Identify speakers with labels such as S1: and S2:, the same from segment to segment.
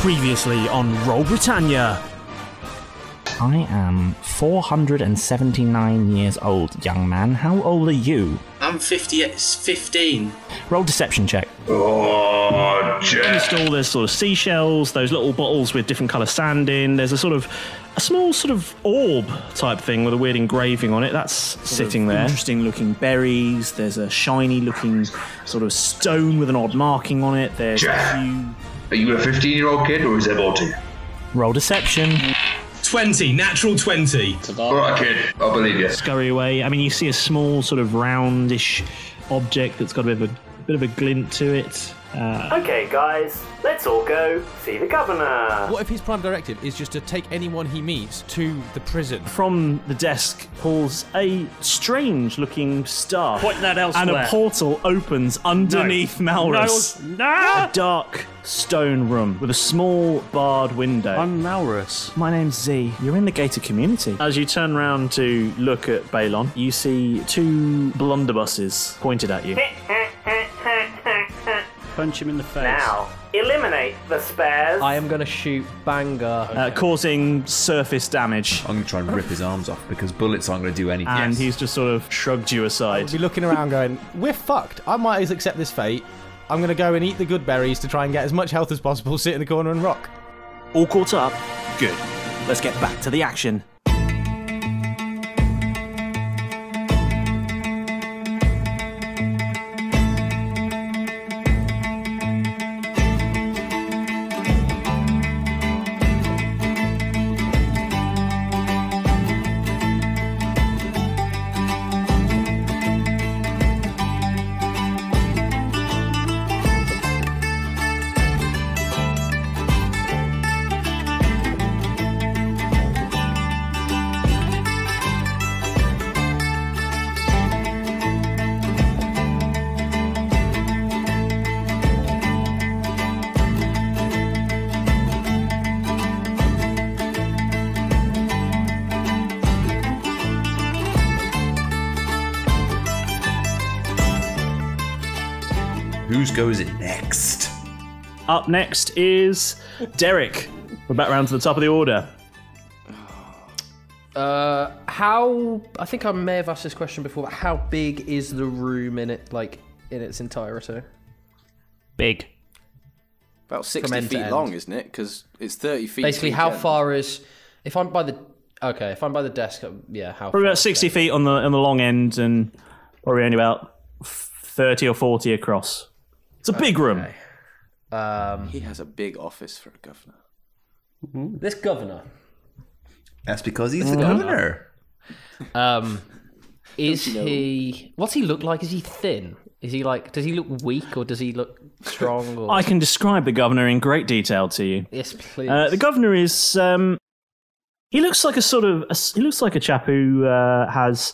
S1: Previously on Roll Britannia.
S2: I am 479 years old, young man. How old are you?
S3: I'm 50, it's 15.
S2: Roll deception check.
S4: Oh, Jack.
S1: Install there's sort of seashells, those little bottles with different colour sand in. There's a sort of a small sort of orb type thing with a weird engraving on it. That's sitting there.
S5: Interesting looking berries. There's a shiny looking sort of stone with an odd marking on it. There's
S4: Jack.
S5: a few.
S4: Are you a 15 year old kid or is there more to you?
S2: Roll deception.
S6: 20, natural 20.
S4: Alright, kid, I believe you.
S1: Scurry away. I mean, you see a small sort of roundish object that's got a bit of a, bit of a glint to it.
S7: Okay, guys, let's all go see the governor.
S8: What if his prime directive is just to take anyone he meets to the prison?
S1: From the desk pulls a strange looking star.
S9: Point that
S1: And
S9: elsewhere.
S1: a portal opens underneath Malrus.
S9: No, no.
S1: A dark stone room with a small barred window.
S9: I'm Malrus.
S1: My name's Z. You're in the gated community. As you turn round to look at Balon, you see two blunderbusses pointed at you.
S9: Punch him in the face.
S7: now, eliminate the spares.
S10: I am going to shoot Banger.
S1: Uh, causing surface damage,
S11: I'm going to try and rip his arms off because bullets aren't going to do anything.
S1: and he's just sort of shrugged you aside.
S8: I'll be looking around going, we're fucked. I might as accept this fate. I'm going to go and eat the good berries to try and get as much health as possible, sit in the corner and rock.
S1: All caught up? Good. Let's get back to the action.
S11: Whose go is it next?
S1: Up next is Derek. We're back round to the top of the order.
S10: Uh, how? I think I may have asked this question before, but how big is the room in it, like in its entirety?
S9: Big.
S3: About 60
S8: end to
S3: feet
S8: end.
S3: long, isn't it? Because it's 30 feet.
S10: Basically,
S3: to each
S10: how
S3: end.
S10: far is? If I'm by the okay, if I'm by the desk, um, yeah, how?
S1: Probably
S10: far
S1: about
S10: is
S1: 60
S10: it?
S1: feet on the on the long end, and probably only about 30 or 40 across. It's a big room.
S10: Um,
S3: He has a big office for a governor.
S10: this governor.
S11: That's because he's the governor.
S10: Um, is he? What's he look like? Is he thin? Is he like? Does he look weak or does he look strong? Or
S1: I can describe the governor in great detail to you.
S10: yes, please.
S1: Uh, the governor is. Um, he looks like a sort of. a s he looks like a chap who uh, has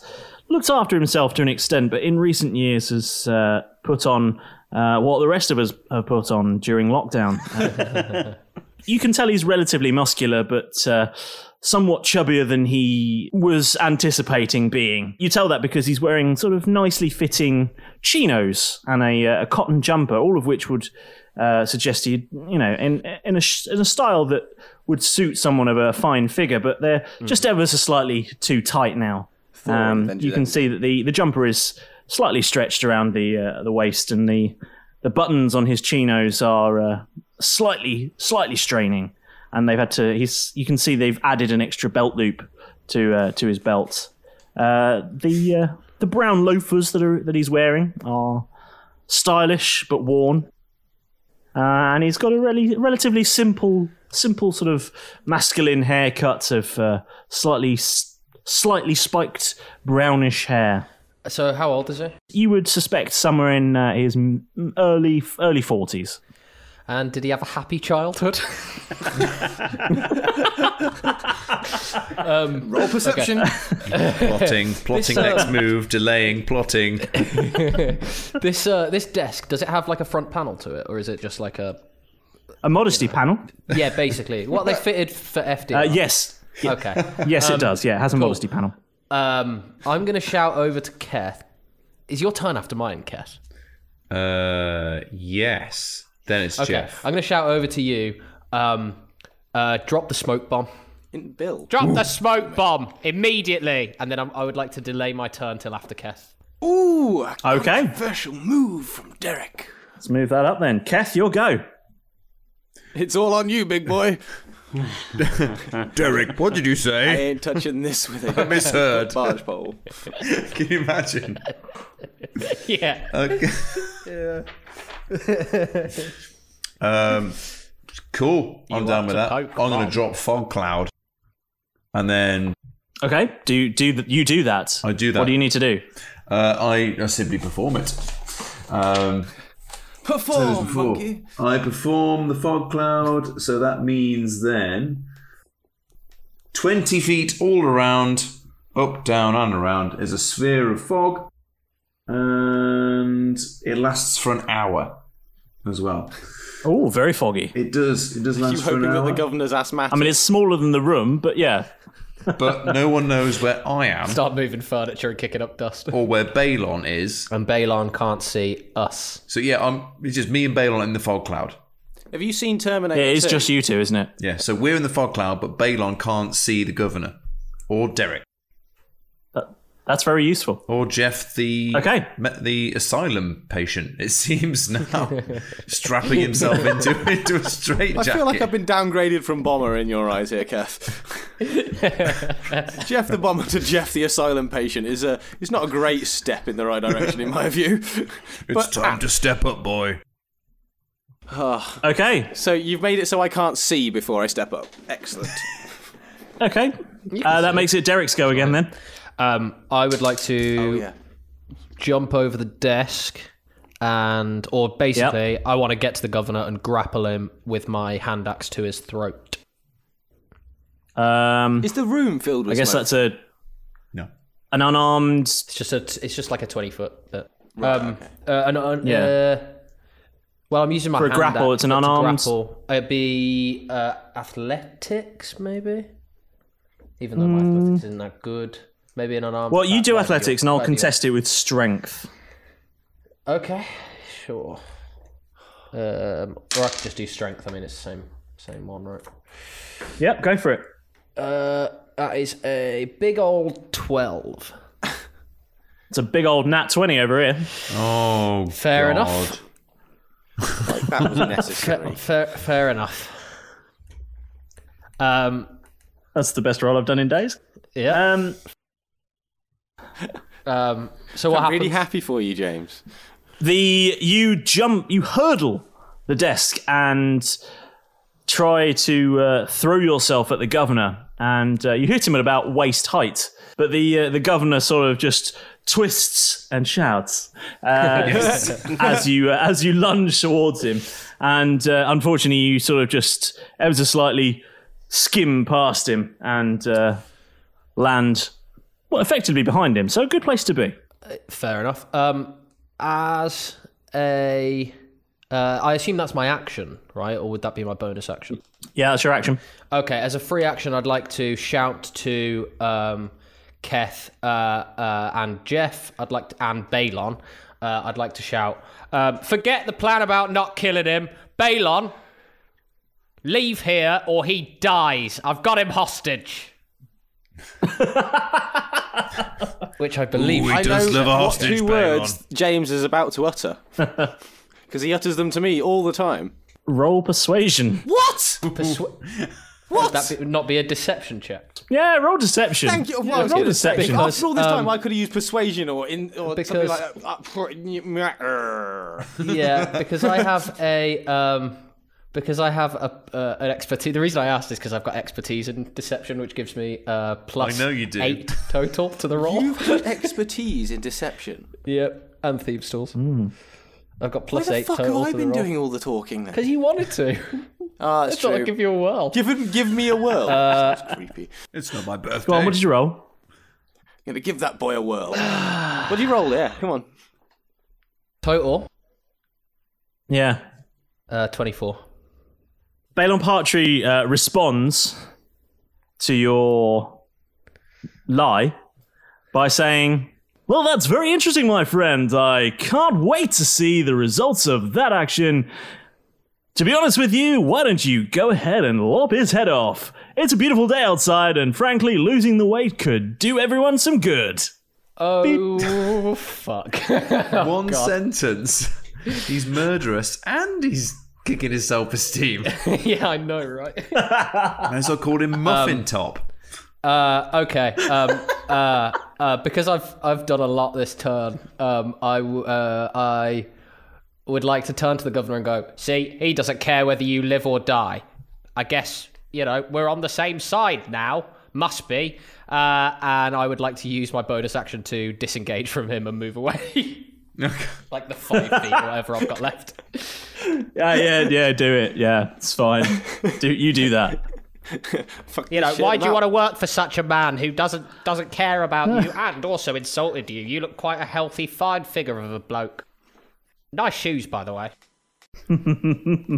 S1: looked after himself to an extent, but in recent years has uh, put on uh, what the rest of us have put on during lockdown. you can tell he's relatively muscular, but uh, somewhat chubbier than he was anticipating being. You tell that because he's wearing sort of nicely fitting chinos and a, uh, a cotton jumper, all of which would uh, suggest he, you know, in in a sh- in a style that would suit someone of a fine figure, but they're just ever so slightly too tight now. Um,
S3: then do
S1: you can
S3: that.
S1: see that the, the jumper is slightly stretched around the uh, the waist, and the the buttons on his chinos are uh, slightly slightly straining, and they've had to. He's you can see they've added an extra belt loop to uh, to his belt. Uh, the uh, the brown loafers that are that he's wearing are stylish but worn, uh, and he's got a really relatively simple simple sort of masculine haircut of uh, slightly s- slightly spiked brownish hair.
S10: so how old is he?
S1: You would suspect somewhere in uh, his m- early early forties.
S10: And did he have a happy childhood? Um,
S3: Roll perception.
S11: Plotting, plotting
S10: This, uh,
S11: next move, delaying, plotting.
S10: this uh, this desk does it have like a front panel to it, or is it just like a
S1: A modesty panel.
S10: yeah, basically what they fitted for FD?
S1: Uh, yes,
S10: Okay.
S1: yes, it does. Yeah, it has a modesty panel.
S10: Um, I'm gonna shout over to Keth. Is your turn after mine, Keth?
S11: Uh, yes. Then it's
S10: Okay.
S11: Jeff.
S10: I'm gonna shout over to you. Um, uh, drop the smoke bomb.
S3: In Bill.
S10: Drop the smoke bomb immediately, and then I'm, I would like to delay my turn till after Keth.
S3: Ooh,
S1: Okay.
S3: Controversial move from Derek.
S1: Let's move that up then. Kath, your go.
S3: It's all on you, big boy.
S11: Derek, what did you
S3: I
S11: say?
S3: ain't touching this with
S11: I
S3: a
S11: misheard.
S3: barge pole.
S11: Can you imagine?
S10: Yeah.
S11: Okay. um, cool. I'm down with that. I'm going to drop fog cloud, and then
S1: Okay. Do do th- you do that?
S11: I do that.
S1: What do you need to do?
S11: uh, I, I simply perform it. Um, as
S3: Perform,
S11: before.
S3: Oh, monkey.
S11: I perform the fog cloud, so that means then twenty feet all around, up, down, and around is a sphere of fog, and it lasts for an hour as well.
S1: Oh, very foggy.
S11: It does. It does
S3: You
S11: last for
S3: hoping
S11: an
S3: that
S11: hour.
S3: the governor's ass matters?
S1: I mean, it's smaller than the room, but yeah.
S11: but no one knows where I am
S10: Start moving furniture and kicking up dust.
S11: or where Balon is.
S10: And Balon can't see us.
S11: So yeah, I'm. It's just me and Balon in the fog cloud.
S3: Have you seen Terminator?
S1: It is
S3: 2?
S1: just you two, isn't it?
S11: Yeah. So we're in the fog cloud, but Balon can't see the governor or Derek
S1: That- that's very useful.
S11: or Jeff, the
S1: Okay.
S11: me- the asylum patient. It seems now strapping himself into into a straight
S3: I
S11: jacket.
S3: feel like I've been downgraded from bomber in your eyes here, Kath. Jeff the bomber to Jeff the asylum patient is a is not a great step in the right direction in my view.
S11: it's time to step up, boy.
S1: Okay.
S3: So you've made it so I can't see before I step up. Excellent.
S1: Okay. Uh, that makes it Derek's go again then.
S10: Um, I would like to
S1: Oh,
S3: yeah.
S10: jump over the desk and, or basically, I want to get to the governor and grapple him with my hand axe to his throat.
S1: Um,
S3: Is the room filled with
S1: I guess
S3: smoke?
S1: that's a
S11: No.
S1: an unarmed.
S10: It's just a, it's just like a twenty foot. But, um, uh, an, an,
S1: Yeah.
S10: Uh, well, I'm using my
S1: For a
S10: hand
S1: grapple,
S10: axe,
S1: it's an
S10: but to
S1: unarmed-
S10: Grapple. It'd be uh, athletics, maybe. Even though my athletics isn't that good, maybe an unarmed.
S1: Hmm. Well, you
S10: that
S1: do
S10: might be
S1: athletics,
S10: good.
S1: and I'll
S10: Might be
S1: contest it with strength.
S10: good. Okay, sure. Um, or I could just do strength. I mean, it's the same same one, right?
S1: Yep, go for it.
S10: Uh, that is a big old twelve.
S1: It's a big old nat twenty over here.
S11: Oh,
S10: Fair
S11: God.
S10: enough.
S3: that was necessary.
S10: Fair, fair enough. Um,
S1: That's the best roll I've done in days.
S10: yeah.
S1: Um,
S10: Um, so what
S3: I'm
S10: happens?
S3: really happy for you, James.
S1: the you jump, you hurdle the desk and try to uh, throw yourself at the governor, and uh, you hit him at about waist height. But the uh, the governor sort of just twists and shouts uh, as you uh, as you lunge towards him, and uh, unfortunately, you sort of just ever so slightly skim past him and uh, land. Well, effectively behind him, so a good place to be.
S10: Fair enough. Um, as a, uh, I assume that's my action, right? Or would that be my bonus action?
S1: Yeah, that's your action.
S10: Okay, as a free action, I'd like to shout to um, Keth uh, uh, and Jeff. I'd like to, and Balon. Uh, I'd like to shout. Um, forget the plan about not killing him, Balon. Leave here or he dies. I've got him hostage. Which I believe.
S11: Ooh,
S10: I
S11: he does
S10: know-
S11: love a
S3: What
S11: hostage,
S3: two
S11: Balon.
S3: words James is about to utter? Because he utters them to me all the time.
S1: Roll persuasion.
S3: What?
S10: Persua-
S3: What?
S10: Would that be, not be a deception check?
S1: Yeah, roll deception.
S3: Thank you.
S1: Yeah, roll deception.
S10: because-
S3: After all this
S10: um,
S3: time, I could have used persuasion or in or something
S10: because-
S3: like that. Uh, pr-
S10: Yeah, because I have a um, because I have a uh, an expertise. The reason I asked is because I've got expertise in deception, which gives me uh, plus
S11: I know you do.
S10: eight total to the roll.
S3: You've got expertise in deception.
S10: Yep, and thieves tools. I've got
S3: Why
S10: plus
S3: the
S10: eight
S3: fuck have
S10: total to
S3: I
S10: the
S3: been
S10: roll.
S3: doing all the talking then?
S10: Because you wanted to.
S3: Ah, that's
S10: That's what I
S3: true.
S10: give you Uh, a whirl.
S3: Give, him- give me a whirl. That's creepy.
S11: It's not my birthday.
S1: Go on, what did you roll?
S3: I'm gonna give that boy a whirl. what do you roll there? Come on.
S10: Total
S1: Yeah.
S10: uh, twenty-four.
S1: Balon Partry uh, responds to your lie by saying, Well, that's very interesting, my friend. I can't wait to see the results of that action. To be honest with you, why don't you go ahead and lop his head off? It's a beautiful day outside, and frankly, losing the weight could do everyone some good.
S10: Oh, fuck.
S3: Oh,
S11: One sentence. He's murderous and he's kicking his self esteem.
S10: yeah, I know, right?
S11: Might as well call him Muffin
S10: Um,
S11: Top.
S10: Uh, okay. Um, uh, uh, because I've I've done a lot this turn. Um, I w- uh, I would like to turn to the governor and go. See, he doesn't care whether you live or die. I guess you know we're on the same side now. Must be. Uh, and I would like to use my bonus action to disengage from him and move away. like the five feet or whatever I've got left.
S1: Yeah, yeah, yeah, do it. Yeah, it's fine. Do you do that?
S10: You know,
S1: this shit
S10: why
S1: and
S10: do you
S1: that.
S10: want to work for such a man who doesn't doesn't care about you and also insulted you? You look quite a healthy, fine figure of a bloke. Nice shoes, by the way.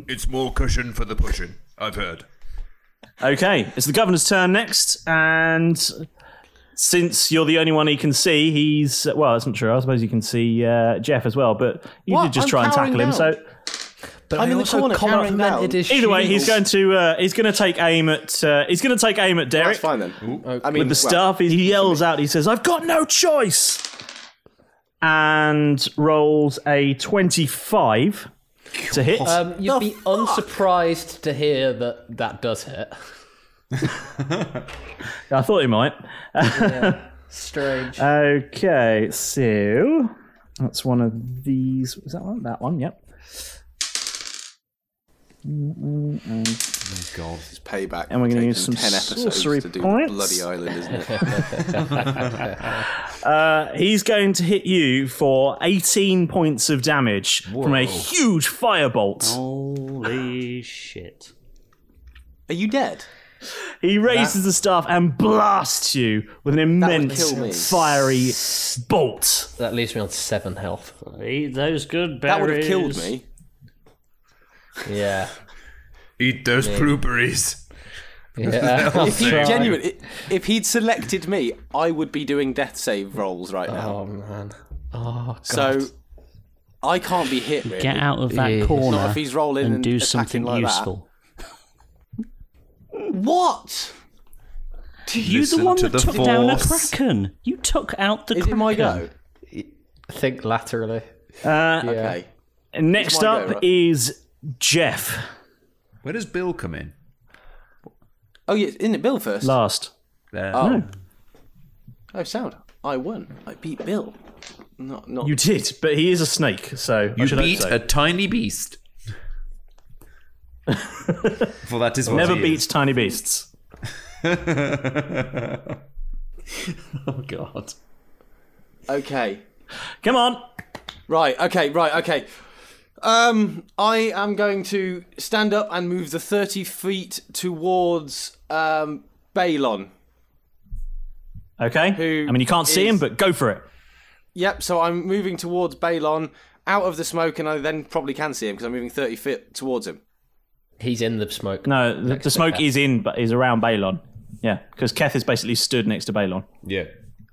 S4: it's more cushion for the pushing, I've heard.
S1: Okay, it's the governor's turn next, and since you're the only one he can see, he's well. That's not true. I suppose you can see uh, Jeff as well, but you
S5: What?
S1: did just
S5: I'm
S1: try and
S5: cowering
S1: tackle him.
S5: down.
S1: So
S5: But I'm in the corner carrying down.
S1: either way, he's going to uh, he's going to take aim at uh, he's going to take aim at Derek. that's fine
S3: then.
S1: I
S3: mean,
S1: with the
S3: well-
S1: staff, he he yells out. He says, "I've got no choice," and rolls a twenty-five to hit.
S10: Um, you'd be unsurprised to hear that that does hit.
S1: I thought he might.
S10: Strange.
S1: Okay, so that's one of these. Is that one? That one? Yep. Mm, And,
S3: God, it's payback.
S1: and we're going to
S3: Taking
S1: use some
S3: 10 episodes
S1: sorcery
S3: to do
S1: points.
S3: Bloody Island, isn't it?
S1: uh, he's going to hit you for 18 points of damage from a huge firebolt. Holy shit.
S3: Are you dead?
S1: He raises the staff and blasts you with an immense
S3: kill me.
S1: fiery bolt.
S10: That leaves me on seven health.
S9: Eat those good berries.
S10: That would have killed me. Yeah.
S11: Eat those
S10: Yeah.
S11: blueberries.
S10: Yeah.
S3: if he genuinely, i- if he'd selected me, I would be doing death save rolls right now.
S10: Oh man. Oh God.
S3: So I can't be hit. Really.
S9: Get out of that corner
S3: Not if he's rolling
S9: and
S3: and
S9: do
S3: attacking
S9: something
S3: like that.
S9: useful.
S3: What?
S9: You're the one that took down a kraken. You took out the
S3: Is
S9: kraken.
S3: it my go?
S10: Think laterally.
S1: Uh,
S10: Okay.
S1: And next
S11: It's my
S1: up
S11: go, right?
S1: is Jeff.
S11: Where does Bill come in?
S3: Oh yeah, in it Bill first.
S1: Last.
S3: Oh.
S11: Hmm.
S1: No.
S3: Oh, sound. I won. I beat Bill. Not not.
S1: You did, but he is a snake, so I
S11: You
S1: should hope
S11: beat
S1: so.
S11: a tiny beast. For that is what
S1: Never
S11: he
S1: beats
S11: is.
S1: tiny beasts.
S11: Oh god.
S3: Okay.
S1: Come on.
S3: Right. Okay. Right. Okay. Um, I am going to stand up and move the thirty feet towards um Balon.
S1: Okay. I mean, you can't see
S3: is-
S1: him, but go for it.
S3: Yep, so I'm moving towards Balon, out of the smoke, and I then probably can see him because I'm moving 30 feet towards him.
S10: He's in the smoke.
S1: No, the, the smoke
S10: Keth.
S1: is in, but is around Balon. Yeah, because Keth is basically stood next to Balon.
S11: Yeah.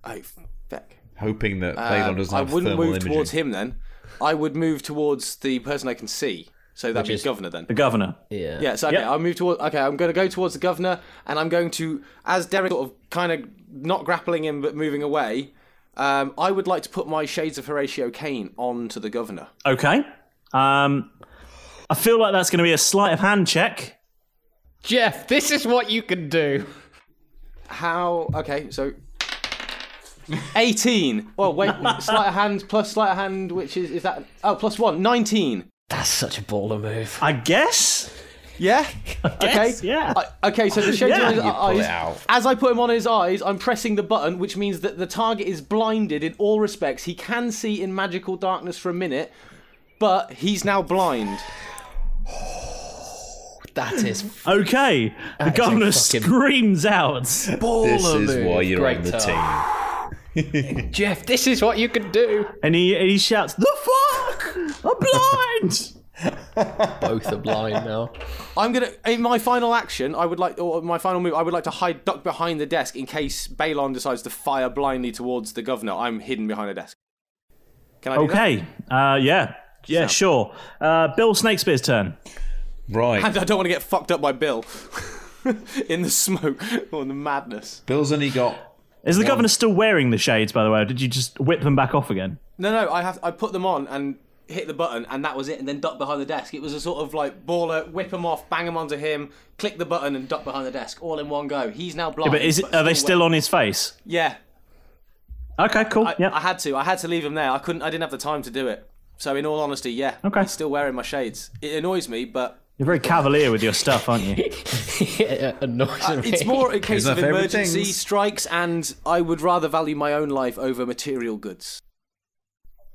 S3: I, feck.
S11: Hoping that
S3: Um,
S11: Balon doesn't
S3: Oh, I
S11: have
S3: wouldn't
S11: thermal
S3: move
S11: imaging.
S3: towards him then. I would move towards the person I can see. So that'd
S1: Which
S3: be
S1: is-
S3: governor then.
S1: The governor.
S10: Yeah.
S3: Yeah, so okay, I'll move towards. Okay, I'm going to go towards the governor, and I'm going to, as Derek sort of kind of not grappling him but moving away, um, I would like to put my Shades of Horatio Kane onto the governor.
S1: Okay. Um, I feel like that's going to be a sleight of hand check.
S10: Jeff, this is what you can do.
S3: How? Okay, so 18. Well, wait, sleight of hand plus sleight of hand, which is is that? Oh, plus one. 19.
S10: That's such a baller move.
S1: I guess.
S3: Yeah.
S1: guess,
S3: okay.
S1: Yeah.
S3: I- okay. So the shades
S1: Yeah.
S3: on his
S1: You pull it
S3: eyes. As I put him on his eyes, I'm pressing the button, which means that the target is blinded in all respects. He can see in magical darkness for a minute, but he's now blind.
S10: That is
S1: Okay. The
S10: That is a
S1: governor
S10: fucking-
S1: screams out.
S11: This is why you're on
S10: Great
S11: the
S10: turn.
S11: team.
S10: Jeff, this is what you can do.
S1: And he, and he shouts, The fuck! I'm blind!
S10: Both are blind now.
S3: I'm gonna in my final action. I would like, or my final move. I would like to hide, duck behind the desk in case Balon decides to fire blindly towards the governor. I'm hidden behind a desk. Can I? Do that?
S1: okay. Uh, yeah. Yeah, sure. Uh, Bill Snakespeare's turn.
S11: Right.
S3: And I don't want to get fucked up by Bill in the smoke or the madness.
S11: Bill's only got.
S1: Is the governor still wearing the shades, by the way, or did you just whip them back off again?
S3: No, no, I have. I put them on and hit the button, and that was it. And then duck behind the desk. It was a sort of like baller, whip them off, bang them onto him, click the button, and duck behind the desk, all in one go. He's now
S1: Yeah,
S3: blind.
S1: but is it, are they still on his face?
S3: wet. Yeah,
S1: Okay, cool.
S3: I, I had to. I had to leave him there. I couldn't. I didn't have the time to do it. So, in all honesty, yeah. Okay. He's still wearing my shades. It annoys me, but
S1: You're very cavalier with your stuff, aren't you?
S10: annoys
S3: Uh, it's more a case of emergency
S1: things.
S3: strikes, and I would rather value my own life over material goods.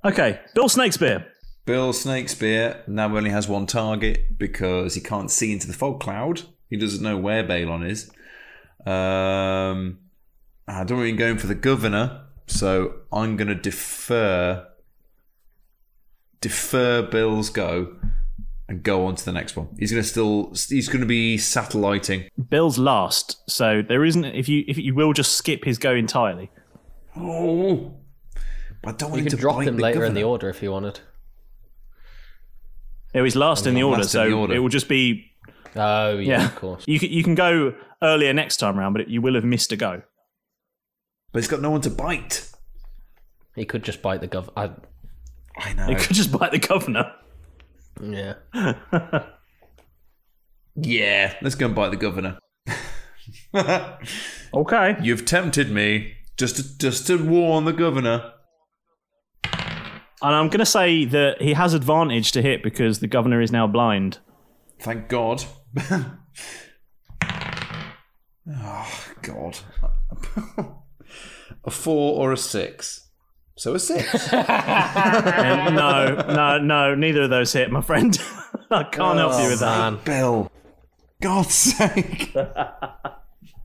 S1: Okay, Bill Snakespear.
S11: Bill Snakespear now only has one target because he can't see into the fog cloud. He doesn't know where Balon is. Um, I don't even going for the governor, so I'm going to defer defer Bill's go and go on to the next one. He's going to still he's going to be satelliting.
S1: Bill's last, so there isn't. If you if you will just skip his go entirely.
S11: Oh, I don't
S10: You
S11: want him
S10: can
S11: to
S10: drop
S11: bite
S10: them
S11: the
S10: later in
S11: governor.
S10: the order if you wanted.
S1: It was last in the order,
S10: last in
S1: so
S10: the order.
S1: it will just be.
S10: Oh yeah,
S1: Yeah,
S10: of course.
S1: You can, you can go earlier next time round, but you will have missed a go.
S11: But he's got no one to bite.
S10: He could just bite the gov. I,
S11: I know.
S1: It could just bite the governor.
S10: Yeah.
S11: Yeah, let's go and bite the governor.
S1: okay.
S11: You've tempted me just to, just to warn the governor.
S1: And I'm going to say that he has advantage to hit because the governor is now blind.
S11: Thank God. Oh God, a four or a six? So a six.
S1: And no, no, no, neither of those hit, my friend. I can't help you with
S11: Oh,
S1: that.
S11: Bill. God's sake.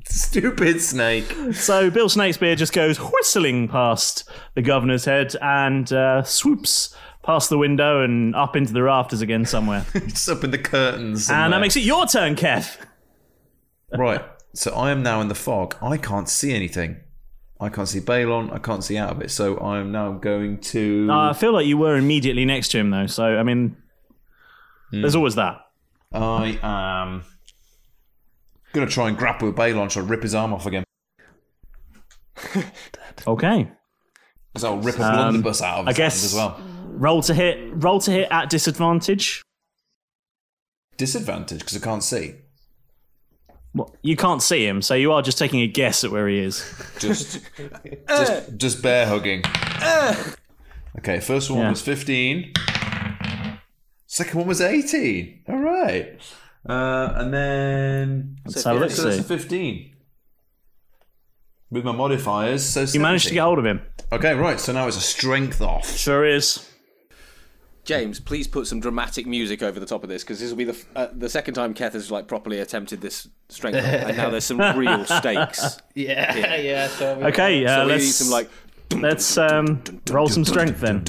S11: Stupid snake.
S1: So Bill Snakespear just goes whistling past the governor's head and uh, swoops past the window and up into the rafters again somewhere.
S11: it's up in the curtains.
S1: And
S11: somewhere.
S1: Ah, that makes it your turn, Kev.
S11: right. So I am now in the fog. I can't see anything. I can't see Balon. I can't see out of it. So I am now going to.
S1: Uh, I feel like you were immediately next to him, though. So I mean, there's always that.
S11: I am gonna try and grapple with Balon. Try to rip his arm off again.
S1: Okay.
S11: Because I'll rip a
S1: Um,
S11: blunderbuss out of
S1: I
S11: his
S1: guess-
S11: hand as well.
S1: Roll to hit. Roll to hit at disadvantage.
S11: Disadvantage because I can't see.
S1: Well, you can't see him, so you are just taking a guess at where he is.
S11: Just, just, just bear hugging. Okay, first one
S1: Yeah.
S11: was fifteen. Second one was eighteen. All right. Uh, and then
S1: Let's have a look,
S11: so that's
S1: see.
S11: a fifteen with my modifiers. So
S1: You managed to get hold of him.
S11: Okay, right. So now it's a strength off.
S1: Sure is.
S3: James, please put some dramatic music over the top of this because this will be the f- uh, the second time Keth has like properly attempted this strength, roll, and now there's some real stakes.
S10: Yeah, yeah. so we-
S1: Okay, uh,
S3: so we
S1: let's
S3: need some like
S1: let's um, roll some strength then.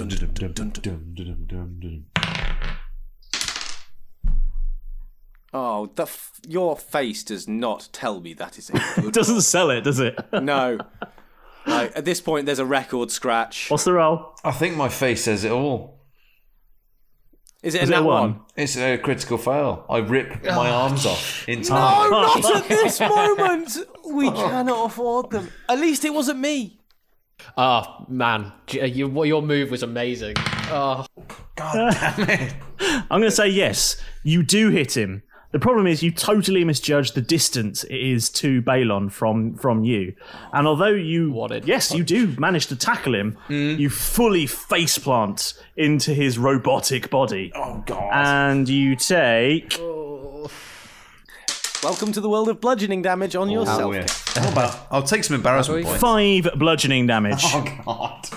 S3: oh the f- your face does not tell me that is a good
S1: Doesn't sell it, does it?
S3: no. Like, at this point, there's a record scratch.
S1: What's the roll?
S11: I think my face says it all.
S3: Is it
S1: Is
S3: a
S1: it
S3: nat
S1: a
S3: one?
S1: one?
S11: It's a critical fail. I rip my arms off in
S3: Ah. No,
S11: time.
S3: Oh, not at this moment.
S11: Oh.
S3: We cannot afford them. At least it wasn't me.
S10: Oh man, J- you, what- your move was amazing. Oh,
S1: I'm going to say yes. You do hit him. The problem is you totally misjudge the distance it is to Balon from from you. And although you yes, you do manage to tackle him, you fully faceplant into his robotic body.
S11: Oh God!
S1: And you take
S3: Welcome to the world of bludgeoning damage on yourself.
S11: Oh, yeah. How about I'll take some embarrassment points.
S1: five bludgeoning damage.
S11: Oh God!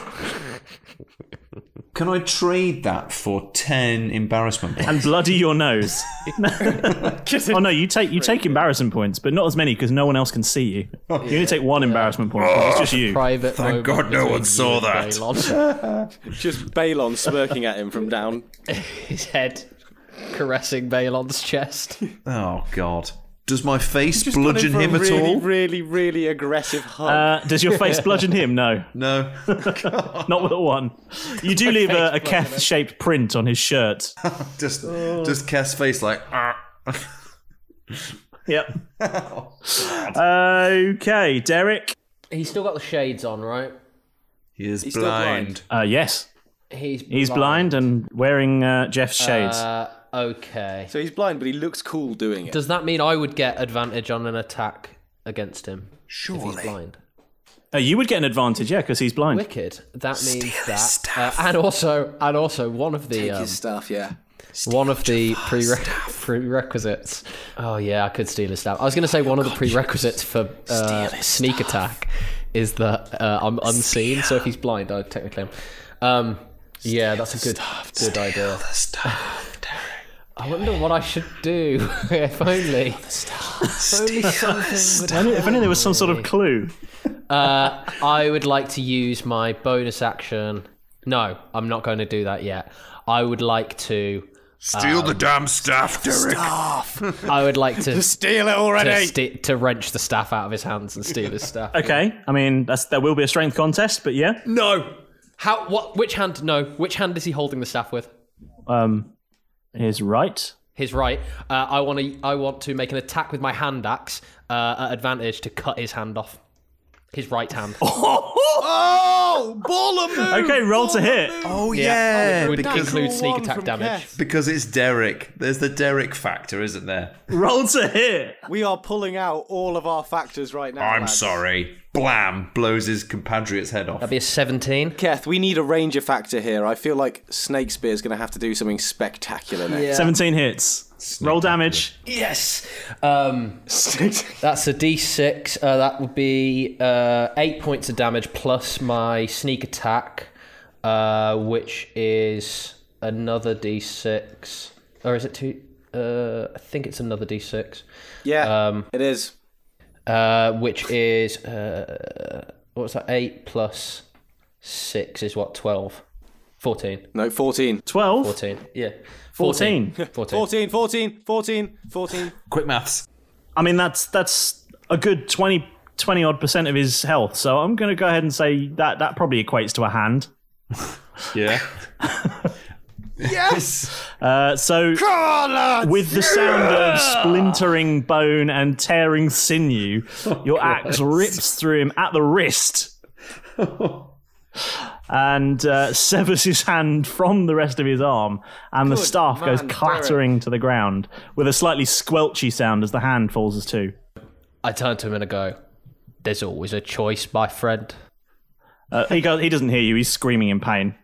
S11: Can I trade that for ten embarrassment points?
S1: and bloody your nose. oh no, you take you take embarrassment points, but not as many because no one else can see you. You only take one embarrassment point. 'cause It's just you.
S10: private.
S11: Thank
S10: moment
S11: God no
S10: between
S11: one
S10: you
S11: saw
S10: and
S11: that.
S10: Balon.
S3: Just Balon smirking at him from down.
S10: His head caressing Balon's chest.
S11: Oh God! Does my face
S3: Just gone in
S11: bludgeon
S3: for a
S11: him at
S3: really,
S11: all?
S3: Really, really aggressive hug.
S1: Uh, does your face bludgeon him? No,
S11: No.
S1: not with a one. You do leave a, a Keth-shaped print on his shirt.
S3: Oh.
S11: Just, just Cass face like. "Ah."
S1: Yep. Oh, okay, Derek.
S10: He's still got the shades on, right?
S11: He is
S10: He's still
S11: blind.
S1: Uh, yes.
S10: He's blind.
S1: He's blind and wearing uh, Jeff's shades.
S10: Uh, okay.
S3: So he's blind, but he looks cool doing it.
S10: Does that mean I would get advantage on an attack against him? Sure. If he's blind.
S1: Uh, you would get an advantage, yeah, because he's blind.
S10: Wicked. That means that, uh, and also, and also, one of the
S3: Take
S10: um,
S3: his stuff, yeah.
S10: one of the prere- prerequisites. Oh yeah, I could steal his stuff. I was going to say one of the prerequisites for uh, sneak attack is that uh, I'm unseen. So if he's blind, I technically am. Um, yeah, that's a good good idea. I wonder what I should do. if only. if only something would
S1: If only- if only there was some sort of clue.
S10: uh, I would like to use my bonus action. No, I'm not going to do that yet. I would like to
S4: Steal the
S3: Ah.
S10: um,
S4: damn staff, Derek.
S10: I would like to
S3: steal it
S10: To, sti- to wrench the staff out of his hands and steal his staff.
S1: Okay, I mean that's there will be a strength contest, but yeah.
S10: No. How? What? Which hand? No. Which hand is he holding the staff with?
S1: Um, his right.
S10: His right. Uh, I want to. I want to make an attack with my hand axe uh, at advantage to cut his hand off. His right hand.
S3: Oh, baller
S1: Okay, roll to hit.
S11: Oh
S10: yeah,
S11: yeah,
S10: which would
S11: because
S10: include sneak attack damage.
S11: because it's Derek. There's the Derek factor, isn't there?
S1: Roll to hit.
S3: We are pulling out all of our factors right now.
S11: I'm
S3: lads.
S11: sorry. Blam blows his compatriot's head off.
S10: That'd be a seventeen.
S3: Keth, we need a ranger factor here. I feel like Snake Spear is going to have to do something spectacular next.
S1: Seventeen hits. roll damage.
S10: Yes. Um, that's a D6. Uh, that would be uh, eight points of damage plus my sneak attack, uh, which is another D6. Or is it two? Uh, I think it's another D6.
S3: Yeah,
S10: Um,
S3: it is.
S10: uh, which is uh, what's that? Eight plus six is what? Twelve. Fourteen.
S3: No, 14.
S1: 12?
S10: Fourteen. Yeah.
S1: 14.
S10: 14.
S3: 14, 14, 14, 14.
S11: Quick maths.
S1: I mean that's that's a good 20 20 odd percent of his health. So I'm going to go ahead and say that that probably equates to a hand.
S11: Yeah.
S3: Yes!
S1: Uh, so
S11: Oh,
S1: with the sound of splintering bone and tearing sinew, your axe rips through him at the wrist and uh, severs his hand from the rest of his arm, and the staff goes
S3: man,
S1: clattering to the ground with a slightly squelchy sound as the hand falls as two.
S10: I turn to him and I go, "There's always a choice, my friend."
S1: Uh, he goes. He doesn't hear you. He's screaming in pain.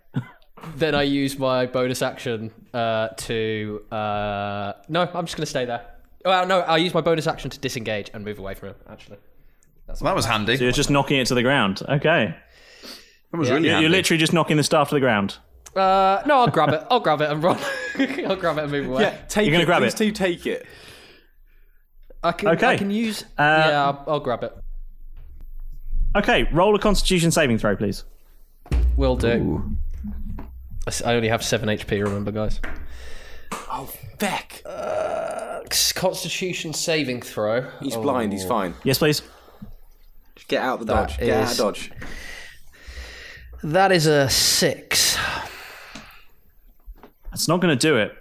S10: Then I use my bonus action uh, to. Uh, no, I'm just going to stay there. Well, no, I use my bonus action to disengage and move away from him. Actually,
S11: Well, that was handy.
S1: So you're just knocking it to the ground. Okay.
S11: that was really
S1: You're,
S11: handy.
S1: you're literally just knocking the staff to the ground.
S10: uh, no, I'll grab it. I'll grab it and run. I'll grab it and move away.
S3: Yeah, take
S1: You're gonna
S3: it.
S1: grab
S3: These
S1: it.
S3: two take it.
S10: I can. I
S1: Okay.
S10: can use. yeah, I'll, I'll grab it.
S1: Okay. Roll a Constitution saving throw, please.
S10: Will do. I s- I only have seven HP. Remember, guys.
S3: Oh, Beck.
S10: Constitution saving throw.
S3: He's blind. He's fine.
S1: Yes, please.
S3: Get out of the dodge. Get out of
S10: is-
S3: dodge.
S10: That is a six.
S1: That's not going to do it.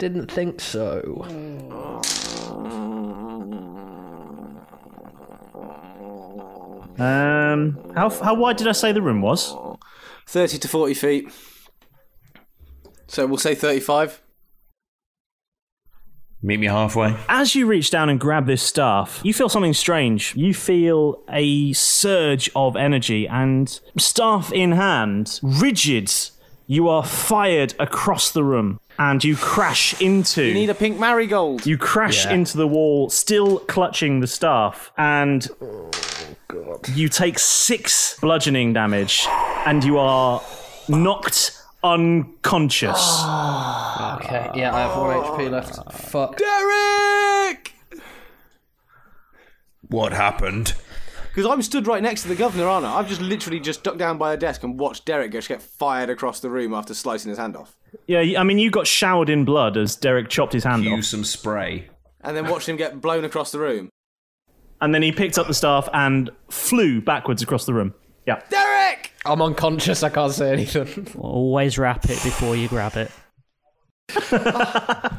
S10: Didn't think so.
S1: Um, how how wide did I say the room was?
S3: 30 to 40 feet. So we'll say 35.
S11: Meet me halfway.
S1: As you reach down and grab this staff, you feel something strange. You feel a surge of energy, and staff in hand, rigid, you are fired across the room, and you crash into.
S3: You need a pink marigold.
S1: You crash into the wall, still clutching the staff, and
S3: Oh,
S1: you take six bludgeoning damage, and you are knocked unconscious.
S10: Okay. Yeah, I have one HP left. Ah. Fuck.
S3: Derek!
S4: What happened?
S3: Because I'm stood right next to the governor, aren't I? I've just literally just ducked down by a desk and watched Derek just get fired across the room after slicing his hand off.
S1: yeah, I mean, you got showered in blood as Derek chopped his hand off,
S11: Use some spray.
S3: And then watched him get blown across the room.
S1: and then he picked up the staff and flew backwards across the room. Yeah.
S3: Derek!
S10: I'm unconscious. I can't say anything.
S9: Always wrap it before you grab it.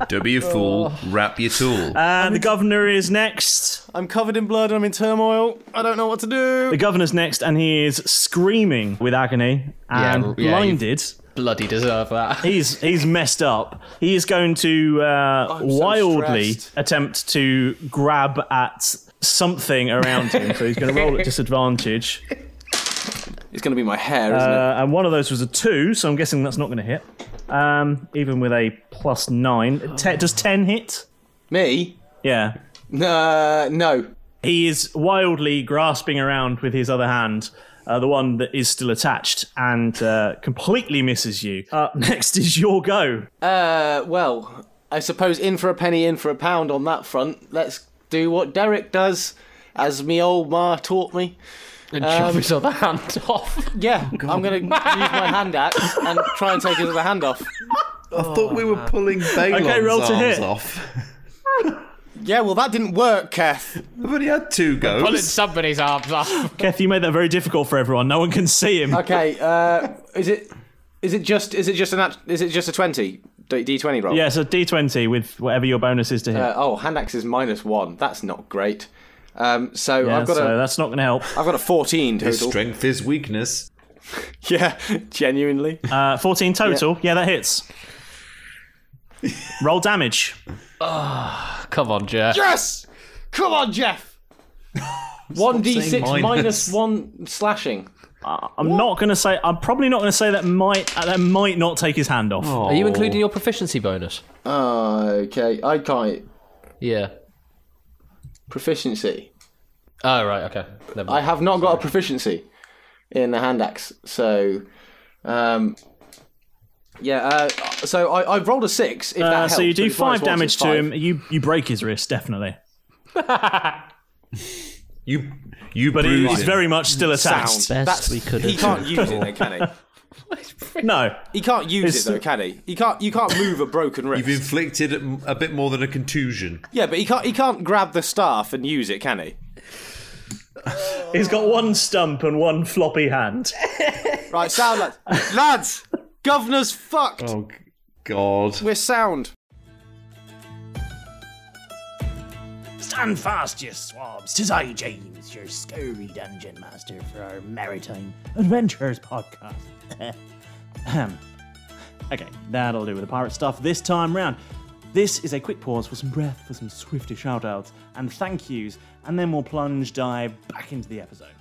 S11: Don't be a fool. Wrap your tool.
S12: Uh, the governor is next.
S3: I'm covered in blood. I'm in turmoil. I don't know what to do.
S12: The governor's next, and he is screaming with agony and
S10: yeah, you
S12: blinded.
S10: Bloody deserve that.
S12: He's he's messed up. He is going to uh,
S10: I'm so
S12: wildly
S10: stressed.
S12: attempt to grab at something around him. so he's going to roll at disadvantage.
S3: It's going to be my hair, isn't
S12: Uh, and one of those was a two, so I'm guessing that's not going to hit. Um, even with a plus nine,
S3: Oh.
S12: Te- does ten hit?
S3: Me?
S12: Yeah.
S3: Uh, no.
S12: He is wildly grasping around with his other hand, uh, the one that is still attached, and uh, completely misses you. Uh, next is your go.
S3: it? Uh, well, I suppose in for a penny, in for a pound on that front. Let's do what Derek does, as me old ma taught me.
S10: And shove his other hand off.
S3: Yeah, I'm going to use my hand axe and try and take his other hand off.
S11: I thought we were pulling Balon's
S3: Okay, roll to
S11: arms
S3: hit.
S11: off.
S3: Yeah, well, that didn't work, Keth.
S11: I've only had two goes.
S10: Pulling somebody's arms off.
S12: Keth, you made that very difficult for everyone. No one can see him.
S3: Okay, uh, is it is it just is it just an act- is it just a twenty d twenty roll?
S12: Yeah, so D20 with whatever your bonus is to hit.
S3: Uh, oh, hand axe is minus one. That's not great. Um, so
S12: yeah,
S3: I've got
S12: so
S3: a
S12: that's not going to help.
S3: I've got a fourteen
S11: His
S3: total.
S11: strength is weakness.
S3: Yeah, genuinely.
S12: Uh, 14 total. Yeah. that hits. Roll damage.
S10: Come on, Jeff.
S3: Yes, come on, Jeff. One d
S12: saying
S3: six
S12: minus.
S3: minus one slashing.
S12: I'm not going to say. I'm probably not going to say that might uh, that might not take his hand off.
S3: Oh,
S10: Are you including your proficiency bonus?
S3: okay, I can't
S10: Yeah.
S3: proficiency.
S10: Oh, right, okay. Never
S3: I
S10: mind.
S3: have not got a proficiency in the hand axe, so um, yeah. Uh, so I, I've rolled a six. If that
S12: Uh,
S3: helps,
S12: so you
S3: but
S12: do
S3: it's
S12: five
S3: minus one, so
S12: damage
S3: it's
S12: to
S3: five.
S12: him. You you break his wrist definitely,
S11: You, you
S12: but
S11: bruise
S12: he's
S11: him.
S12: very much still
S3: Sound.
S12: attached.
S3: That's- He can't use it, though, can he?
S12: No,
S3: He can't use
S12: It's-
S3: it though, can he? He can't. You can't move a broken wrist.
S11: You've inflicted a a bit more than a contusion.
S3: Yeah, but he can't. He can't grab the staff and use it, can he?
S12: he's got one stump and one floppy hand.
S3: Right, sound lads. lads, governor's fucked.
S11: Oh God!
S3: We're sound.
S1: Stand fast, you swabs. Tis I, James, your scurvy dungeon master for our maritime adventures podcast. Ahem. okay, that'll do with the pirate stuff this time round. This is a quick pause for some breath, for some swifter shoutouts and thank yous, and then we'll plunge dive back into the episode.